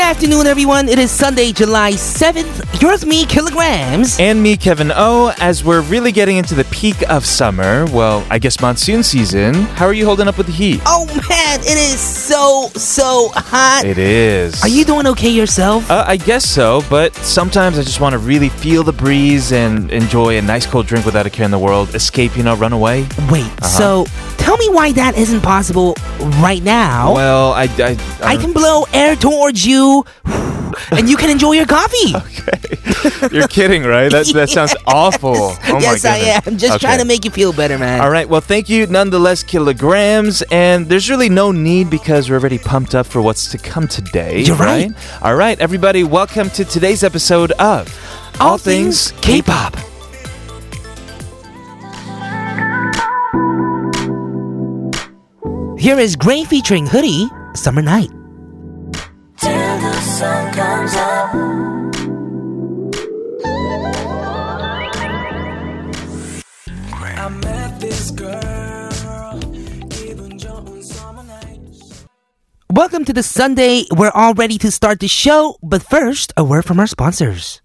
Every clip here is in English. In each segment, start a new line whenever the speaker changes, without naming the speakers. afternoon, everyone. It is Sunday, July 7th. Here's me, Kilograms.
And me, Kevin O, as we're really getting into the peak of summer, well, I guess monsoon season, how are you holding up with the heat?
Oh, man, it is so, so hot.
It is.
Are you doing okay yourself?
Uh, I guess so, but sometimes I just want to really feel the breeze and enjoy a nice cold drink without a care in the world, escape, you know, run away.
Wait,
Uh-huh.
so tell me why that isn't possible right now.
Well, uh, I. I,
Oh. I can blow air towards you, and you can enjoy your coffee.
don't- You're kidding, right? That, that sounds awful. Oh my
yes, I
goodness.
am. Just trying
Okay.
to make you feel better, man.
All right. Well, thank you nonetheless, kilograms. And there's really no need because we're already pumped up for what's to come today.
You're right.
All right, everybody. Welcome to today's episode of
All Things K-Pop. Here is Gray featuring Hoodie, Summer Night.
Till the sun comes up. I met this girl, 기분 좋은 summer night.
Welcome to the Sunday. We're all ready to start the show, but first, a word from our sponsors.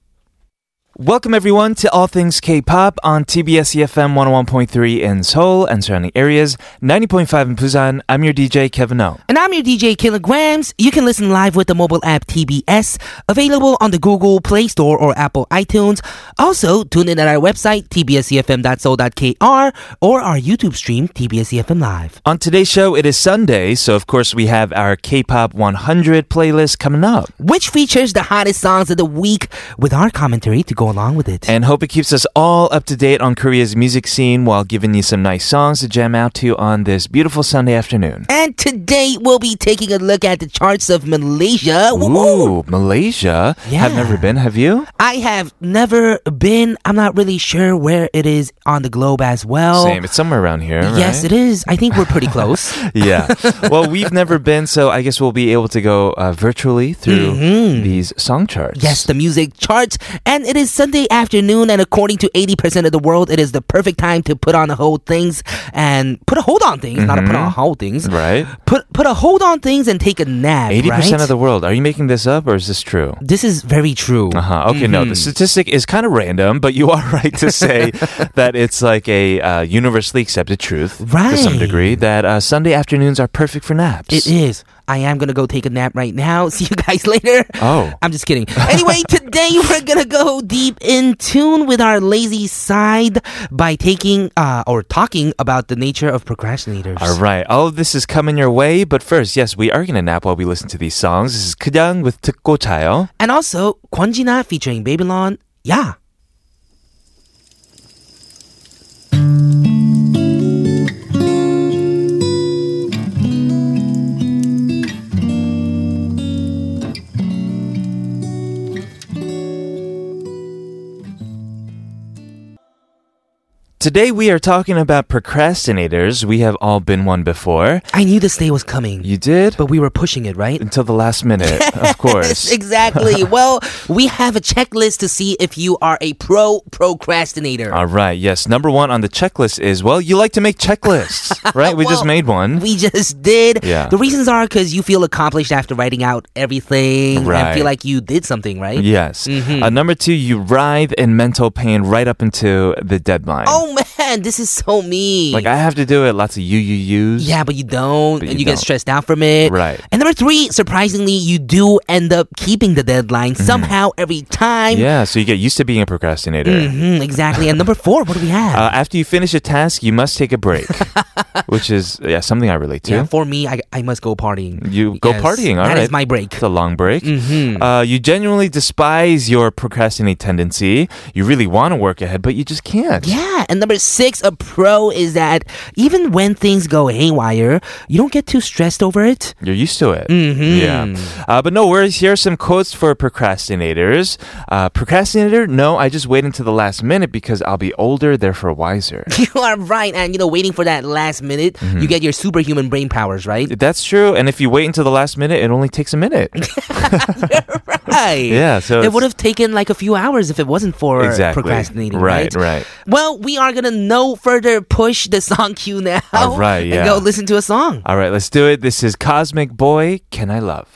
Welcome everyone to All Things K-pop on TBS EFM 101.3 in Seoul and surrounding areas, 90.5 in Busan. I'm your DJ Kevin O.
And I'm your DJ Kilograms. You can listen live with the mobile app TBS, available on the Google Play Store or Apple iTunes. Also, tune in at our website, tbscfm.so.kr, or our YouTube stream, TBSCFM E Live.
On today's show, it is Sunday, so of course we have our K-pop 100 playlist coming up.
which features the hottest songs of the week with our commentary to go along with it.
and hope it keeps us all up to date on Korea's music scene while giving you some nice songs to jam out to on this beautiful Sunday afternoon.
And today we'll be taking a look at the charts of Malaysia. Woo-woo.
Ooh, Malaysia.
Yeah.
I've never been, have you?
I have never been. I'm not really sure where it is on the globe as well.
Same. It's somewhere around here.
Oh. Yes, it is. I think we're pretty close.
yeah. Well, we've never been, so I guess we'll be able to go uh, virtually through these song charts.
Mm-hmm. Yes, the music charts. And it is Sunday afternoon, and according to 80% of the world, it is the perfect time to put on a hold things and put a hold on things, not a put on hold things.
Mm-hmm. Right?
Put put a hold on things and take a nap.
80%
right?
of the world. Are you making this up or is this true?
This is very true.
Uh huh. Okay, no,
Mm-hmm.
the statistic is kind of random, but you are right to say that it's like a uh, universally accepted truth to some
Right.
degree that uh, Sunday afternoons are perfect for naps.
It is. I am going to go take a nap right now. See you guys later.
Oh.
I'm just kidding. Anyway, today we're going to go deep in tune with our lazy side by taking uh, or talking about the nature of procrastinators.
All right, all of this is coming your way, but first, yes, we are going to nap while we listen to these songs. This is Kudang with 듣고 자요.
And also, Kwonjina featuring Babylon. Yeah.
Today we are talking about procrastinators. We have all been one before.
I knew this day was coming,
You did?
but we were pushing it, right?
Until the last minute, of course.
exactly. well, we have a checklist to see if you are a pro procrastinator.
All right, yes. Number one on the checklist is well, you like to make checklists, right? We just
Well,
made one.
We just did.
Yeah.
The reasons are because you feel accomplished after writing out everything and
Right.
feel like you did something, right?
Yes.
Mm-hmm.
Uh, number two, you writhe in mental pain right up into the deadline.
Oh man, this is so mean.
Like, I have to do it. Lots of you, you, yous.
yeah, but you don't,
But
and
you
you get
don't.
stressed out from it.
Right.
And number three, surprisingly, you do end up keeping the deadline somehow every time.
Mm-hmm. Yeah, so you get used to being a procrastinator.
Mhm, exactly. And number four, what do we have?
Uh, after you finish a task, you must take a break, which is yeah something I relate to.
yeah, for me, I, I must go partying.
You go
Yes,
partying. All right,
that is my break. Mm-hmm.
It's a long break. Uh, you genuinely despise your procrastinate tendency. You really want to work ahead, but you just can't.
Yeah, and number six, a pro is that even when things go haywire, you don't get too stressed over it.
You're used to it. Mm-hmm. Yeah. Uh, but no worries. Here are some quotes for procrastinators. Uh, procrastinator, no, I just wait until the last minute because I'll be older, therefore wiser.
You are right, and you know, waiting for that last minute,
Mm-hmm.
you get your superhuman brain powers, right?
That's true. And if you wait until the last minute, it only takes a minute.
Right.
Yeah, so
it
it's-
would have taken like a few hours if it wasn't for
exactly.
procrastinating. Right,
Right, right.
Well, we are gonna no further push the song cue now.
All right,
And
yeah.
go listen to a song.
All right, let's do it. This is Cosmic Boy, Can I Love?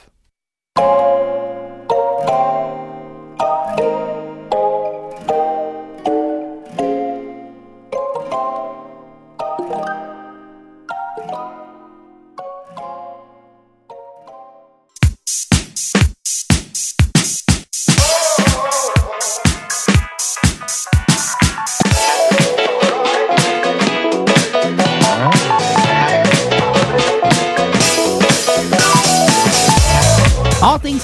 things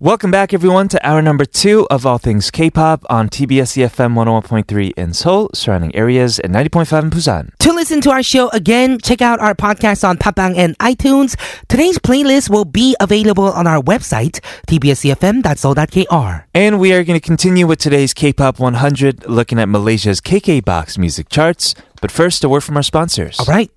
Welcome back, everyone, to hour number two of All Things K-pop on TBS EFM 101.3 in Seoul, surrounding areas, and 90.5 in Busan.
To listen to our show again, check out our podcast on Papang and iTunes. Today's playlist will be available on our website, E tbscfm.so.kr.
And we are going to continue with today's K-pop 100, looking at Malaysia's KK Box music charts. But first, a word from our sponsors.
All right.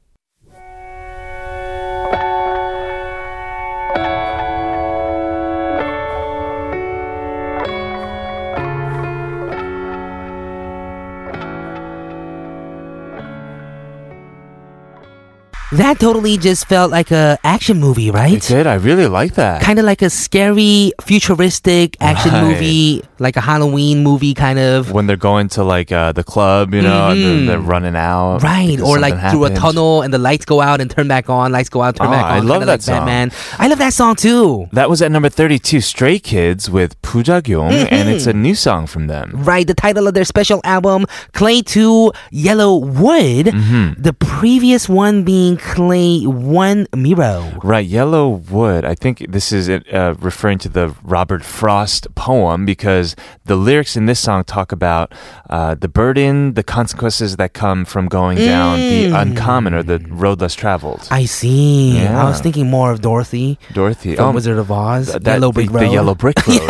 That totally just felt like a action movie, right?
It did. I really like that.
kind of like a scary, futuristic action
Right.
movie, like a Halloween movie, kind of.
When they're going to like uh, the club, you know, and then they're running out,
Mm-hmm. Right,
because
or like
something
through a
happened.
tunnel and the lights go out and turn back on, lights go out, turn
Ah,
back on.
I love
kinda
that
like
song.
Batman. I love that song too.
That was at number 32, Stray Kids with Pujagyong, and it's a
Mm-hmm.
new song from them.
Right, the title of their special album, Clay 2 Yellow Wood,
Mm-hmm.
the previous one being Clay 1 Miro.
Right, Yellow Wood. I think this is uh, referring to the Robert Frost poem because the lyrics in this song talk about uh, the burden, the consequences that come from going down the uncommon or the road less traveled.
Mm. I see. I was
Yeah.
thinking more of Dorothy
Dorothy,
from
um,
Wizard of Oz,
th- that-
Yellow Brick
the,
Road.
the Yellow Brick Road.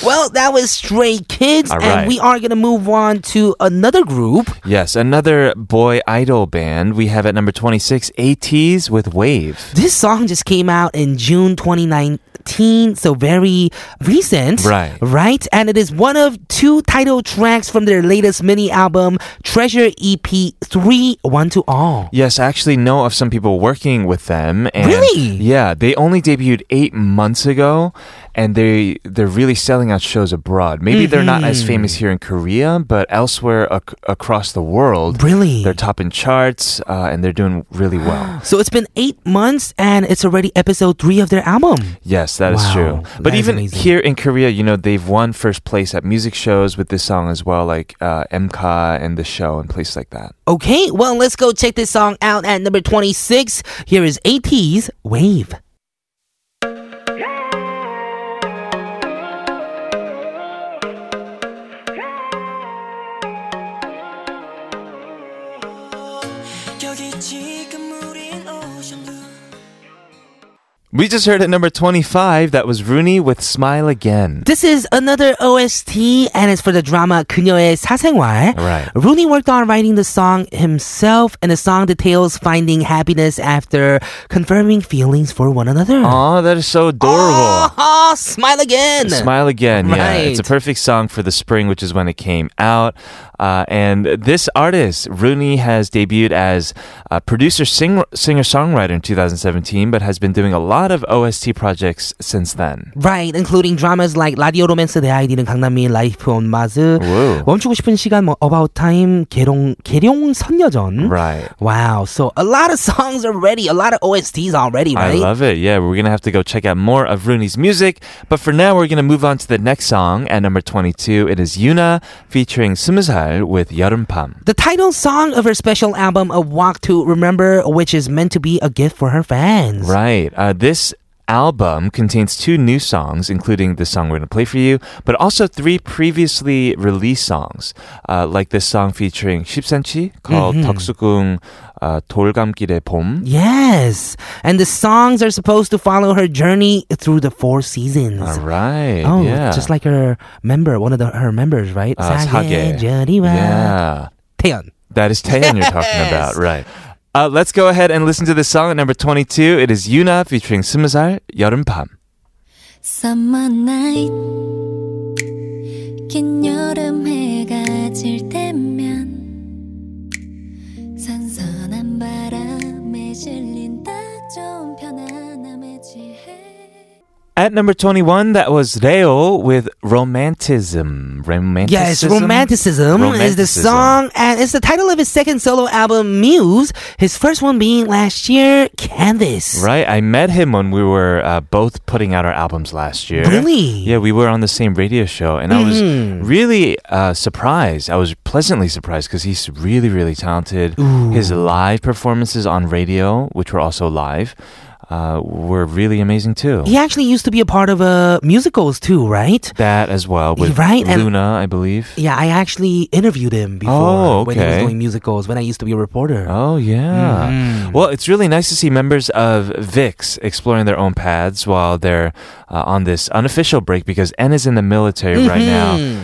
Well, that was Stray Kids,
All
and
right.
we are going to move on to another group.
Yes, another boy idol band we have at number 26, ATs with Wave.
This song just came out in June 2019, so very recent.
Right.
Right? And it is one of two title tracks from their latest mini album, Treasure EP 3 One to All.
Yes, I actually know of some people working with them. And
Really?
Yeah, they only debuted eight months ago, and they they're really selling out shows abroad. Maybe they're not as
Mm-hmm.
famous here in Korea, but elsewhere ac- across the world,
Really?
they're topping charts uh, and they're doing really well.
So it's been eight months and it's already episode three of their album.
Yes, that is
Wow,
true. But
that is
even
amazing.
here in Korea, you know, they've won first place at music shows with this song as well, like uh, MCA and the show and places like that.
Okay, well, let's go check this song out at number 26. Here is AT's Wave.
여기 지금 우린 오션뷰
We just heard at number 25, that was Rooney with Smile Again.
This is another OST, and it's for the drama 그녀의 사생활.
Right.
Rooney worked on writing the song himself, and the song details finding happiness after confirming feelings for one another.
Oh, that is so adorable.
Ah, smile again.
Smile Again, yeah. It's a
Right.
perfect song for the spring, which is when it came out. Uh, and this artist, Rooney, has debuted as a producer sing- singer songwriter in 2017, but has been doing a lot of OST projects since then.
Right, including dramas like 라디오 로맨스 내 아이디는 강남미, 라이프 온 마즈,
Whoa.
멈추고 싶은 시간, 뭐 About Time, 계룡, 계룡 선녀전.
Right.
Wow, so a lot of songs already, a lot of OSTs already,
I
right?
love it. Yeah, we're going to have to go check out more of Rooney's music. But for now, we're going to move on to the next song at number 22. It is Yuna featuring Sumuzal with 여름밤.
the title song of her special album, A Walk to Remember, which is meant to be a gift for her fans.
Right. Uh, this album contains two new songs, including the song we're going to play for you, but also three previously released songs, uh, like this song featuring 10cm called
Mm-hmm.
덕수궁 uh, 돌감길의 봄.
Yes, and the songs are supposed to follow her journey through the four seasons.
All right.
Oh,
yeah.
just like her member, one of the, her members, right?
uh, 사계.
사계절이와
Yeah.
태연.
That is Taeyeon you're talking about, right? Uh, let's go ahead and listen to this song at number 22. It is Yuna featuring Sumazar, 여름밤.
Summer night 긴 여름 해가 질 때면 선선한 바람에 실린 딱 좋은 편안함에 취해
At number 21, that was Reo with Romanticism. Romanticism?
Yes, romanticism, is the
Romanticism.
song, and it's the title of his second solo album, Muse. His first one being last year, Canvas.
Right, I met him when we were uh, both putting out our albums last year.
Really? Mm-hmm.
Yeah, we were on the same radio show, and I was really uh, surprised. I was pleasantly surprised because he's really, really talented. His live performances on radio, which were also live, uh, were really amazing too.
He actually used to be a part of uh, musicals too, right?
That as well with
Right, and-
Luna, I believe.
Yeah, I actually interviewed him before
Oh,
when he was
okay.
doing musicals when I used to be a reporter.
Oh yeah.
Mm-hmm.
Well, it's really nice to see members of VIX exploring their own paths while they're uh, on this unofficial break because N is in the military right
Mm-hmm.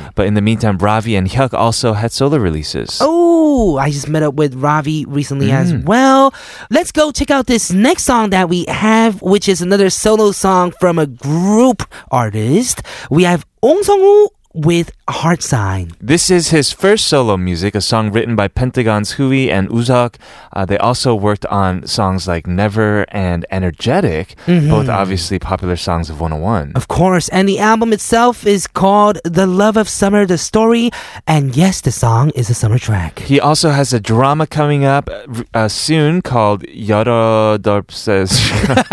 now. But in the meantime, Ravi and Hyuk also had solo releases.
Oh, I just met up with Ravi recently as
Mm.
well. Let's go check out this next song that we have, which is another solo song from a group artist. We have Ong Song Woo with Heart Sign.
This is his first solo music, a song written by Pentagon's Hui and Uzok. Uh, they also worked on songs like Never and Energetic,
Mm-hmm.
both obviously popular songs of 101.
Of course, and the album itself is called The Love of Summer, the story. And yes, the song is a summer track.
He also has a drama coming up uh, r- uh, soon called 여덟 says.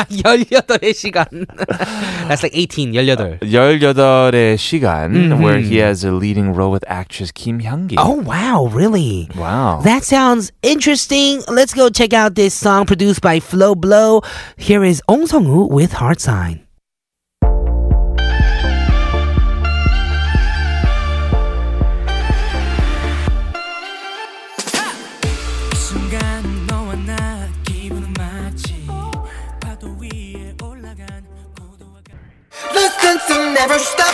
18의 시간. That's like 18, 18.
18의 시간, where he has a leading role with actress Kim Hyung-gi.
Mm-hmm. Oh, wow, really?
wow.
That sounds interesting. Let's go check out this song produced by Flo Blow. Here is Ong Song Woo with Heart Sign.
순간 너와 나 기분은 마치 파도 위에 올라간 고도와 같-
Listen to never stop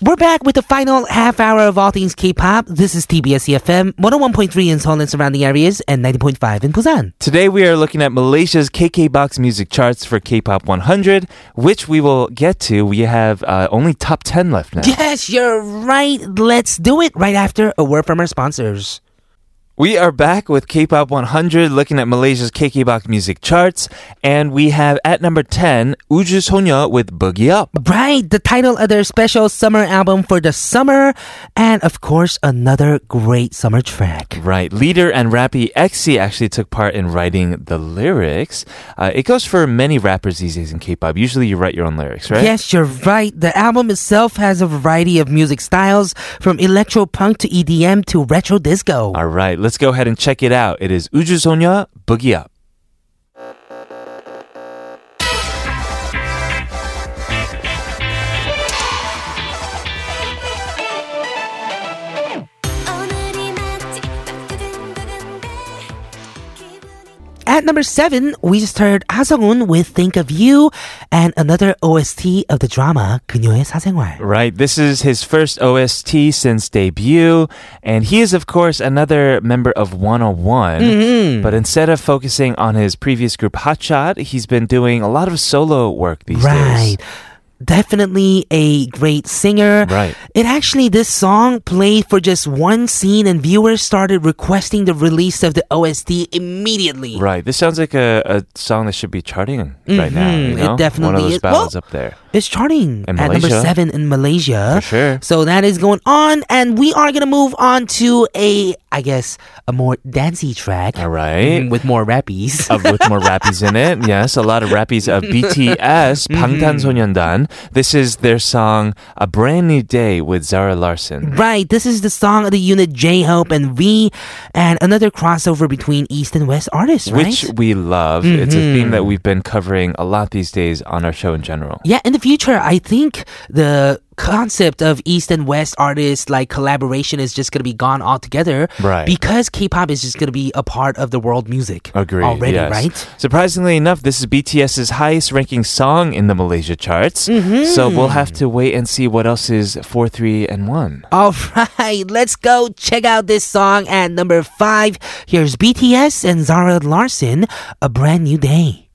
We're back with the final half hour of All Things K-Pop. This is TBS EFM, 101.3 in Seoul and surrounding areas, and 90.5 in Busan.
Today we are looking at Malaysia's KK Box music charts for K-pop 100, which we will get to. We have uh, only top 10 left now.
Yes, you're right. Let's do it right after a word from our sponsors.
We are back with K-pop 100, looking at Malaysia's KK Box music charts, and we have at number 10 Uju Sonya with Boogie Up.
Right, the title of their special summer album for the summer, and of course, another great summer track.
Right. Leader and rappy XC actually took part in writing the lyrics. Uh, it goes for many rappers these days in K-pop. Usually you write your own lyrics, right?
Yes, you're right. The album itself has a variety of music styles, from electro punk to EDM to retro disco.
All right. Let's go ahead and check it out. It is Uju Sonya Boogie Up.
오늘이 마치 따끈따끈해 기분이
At number seven, we just heard Ah Seung-un with "Think of You" and another OST of the drama 그녀의 사생활.
Right. This is his first OST since debut. And he is, of course, another member of 101.
Mm-hmm.
But instead of focusing on his previous group Hotshot, he's been doing a lot of solo work these
Right.
days.
Definitely a great singer.
Right.
It actually, this song played for just one scene, and viewers started requesting the release of the OST immediately.
Right. This sounds like a, a song that should be charting right now.
Mhm. It
You know? One
definitely
of those
is. Well,
battles up there.
It's charting
In
at number
Malaysia.
seven in Malaysia.
For sure.
So that is going on, and we are going to move on to a, I guess, a more dancey track. Mm,
All right.
With more rappies.
of, with more rappies in it. Yes, a lot of rappies of BTS,
Mm-hmm.
방탄소년단. This is their song "A Brand New Day" with Zara Larson.
Right, this is the song of the unit J Hope and V, and another crossover between East and West artists, right? Mm-hmm.
Which we love. It's a theme that we've been covering a lot these days on our show in general.
yeah, in the future, I think the concept of East and West artists like collaboration is just going to be gone altogether.
Right.
Because K pop is just going to be a part of the world music.
Agreed.
Already,
yes.
right?
Surprisingly enough, this is BTS's highest ranking song in the Malaysia charts.
Mm-hmm.
So we'll have to wait and see what else is 4, 3, and 1.
All right, let's go check out this song at number five. Here's BTS and Zara Larson, A Brand New Day.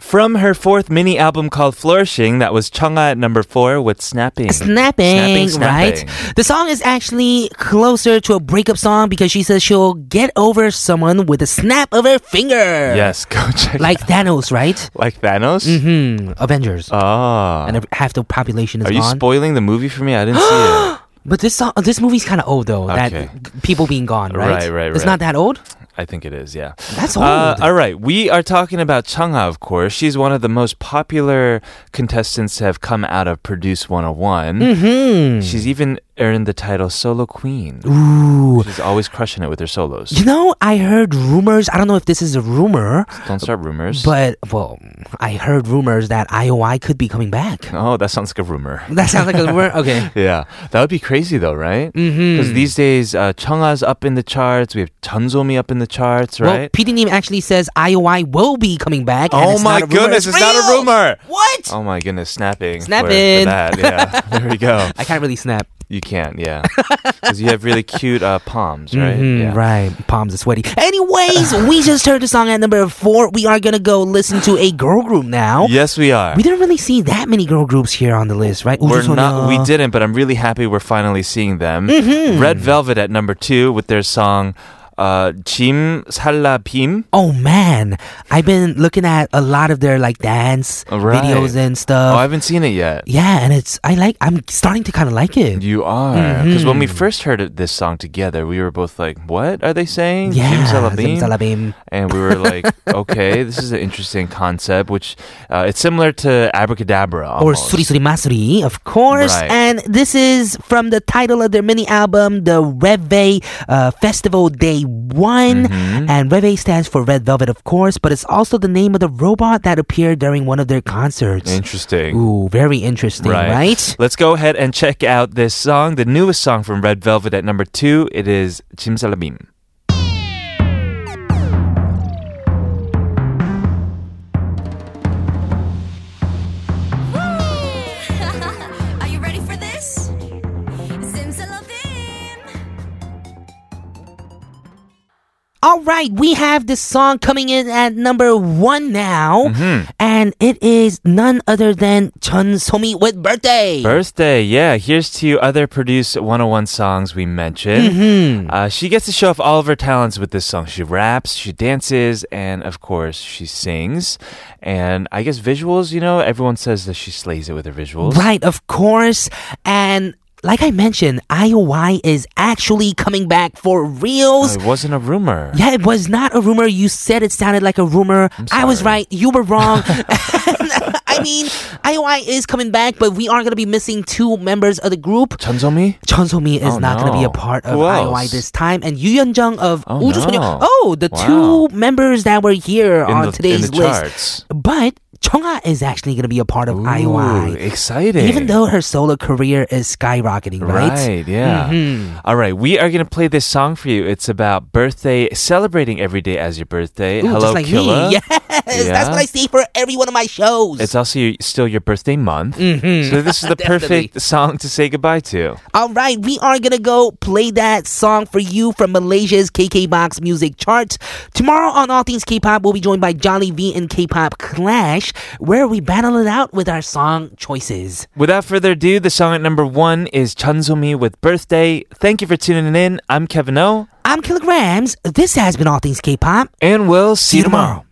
From her fourth mini album called Flourishing, that was Chunga at number 4 with Snapping.
snapping,
Snapping, snapping.
right? The song is actually closer to a breakup song because she says she'll get over someone with a snap of her finger.
Yes, go check it
Like Thanos, right?
Like Thanos?
Hmm, Avengers.
Ah.
and half the population is
Are you
gone.
spoiling the movie for me? I didn't see it.
but this song, this movie's kind of old though.
Okay.
That people being gone, right?
Right, right,
It's
right.
not that old.
I think it is, yeah.
That's old.
Uh, all right, we are talking about Changha, of course. She's one of the most popular contestants to have come out of Produce 101.
Hmm.
She's even earned the title Solo Queen.
Ooh.
She's always crushing it with her solos.
You know, I heard rumors. I don't know if this is a rumor,
Don't start rumors.
but well, I heard rumors that IOI could be coming back.
oh, that sounds like a rumor.
That sounds like a rumor. Okay.
Yeah, that would be crazy though, right?
Mm-hmm.
Because these days, uh, Changha's up in the charts. We have Chunzomi up in the charts,
Well,
right?
PD Neem actually says IOI will be coming back. and
oh
it's
my
not a rumor,
goodness, it's not a
real!
rumor.
What?
Oh my goodness, snapping. for-
Snapping.
For, that, yeah. there we go.
I can't really snap.
You can't, yeah. Because you have really cute uh, palms, right?
Mhm,
yeah.
Right. Palms are sweaty. Anyways, we just heard the song at number four. We are going to go listen to a girl group now.
Yes, we are.
Oh, We didn't really see that many girl groups here on the list, right?
We're
Ujusonya.
not. We didn't, but I'm really happy we're finally seeing them.
Mm-hmm.
Red Velvet at number two with their song uh, "Jim Salla Bim."
Oh man, I've been looking at a lot of their like dance
Right.
videos and
Oh,
stuff.
I haven't seen it yet.
yeah, and it's I like I'm starting to kind of like it.
You are because when we
Mm-hmm.
first heard it- this song together, we were both like, "What are they saying?"
Yeah,
Jim Salla Bim?
Zimzalabim.
and we were like, "Okay, this is an interesting concept." Which uh, it's similar to Abracadabra
or
almost.
Suri Suri Masuri, of course.
Right.
And this is from the title of their mini album, the Reve uh, Festival Day one.
Mm-hmm.
And Reve stands for Red Velvet, of course, but it's also the name of the robot that appeared during one of their concerts.
Interesting.
Ooh, very interesting, right?
Let's go ahead and check out this song, the newest song from Red Velvet at number two. It is Jim Salabim.
Are you ready for this? Simsalabim.
All right, we have this song coming in at number one now, and it is none other than Chun Somi with birthday.
Birthday, yeah. Here's to other Produce 101 songs we mentioned.
Mm-hmm.
Uh, she gets to show off all of her talents with this song. She raps, she dances, and of course, she sings. And I guess visuals, you know, everyone says that she slays it with her visuals.
Right, of course. And like I mentioned, IOI is actually coming back for reals.
Uh, It wasn't a rumor.
yeah, it was not a rumor. You said it sounded like a rumor. I was
sorry.
right. You were wrong. uh, I mean, IOI is coming back, but we are going to be missing two members of the group.
Chun Somi?
Chun Somi is
Oh,
not going to be a
no.
part of
Who
IOI
else?
this time, and Yu Yeonjung of
Oh,
Uju Sonya.
no.
Oh, the
Wow.
two members that were here
In
on
the-
today's
in the
list.
charts.
But Chunga is actually going to be a part of IOI.
Ooh, exciting.
Even though her solo career is skyrocketing, right? Mm-hmm.
yeah. All right, we are going to play this song for you. It's about birthday, celebrating every day as your birthday.
Ooh,
Hello,
just like
Killa.
me. Yes, that's
Yeah.
what I say for every one of my shows.
It's also your, still your birthday month. So this is the
Definitely.
perfect song to say goodbye to.
All right, we are gonna go play that song for you from Malaysia's KK Box Music Chart. Tomorrow on All Things K-pop, we'll be joined by Johnny V and K-pop Clash, where we battle it out with our song choices.
Without further ado, the song at number one is Chanzomi with Birthday. Thank you for tuning in. I'm Kevin O,
I'm Kilograms. This has been All Things K-pop.
and we'll see, you tomorrow.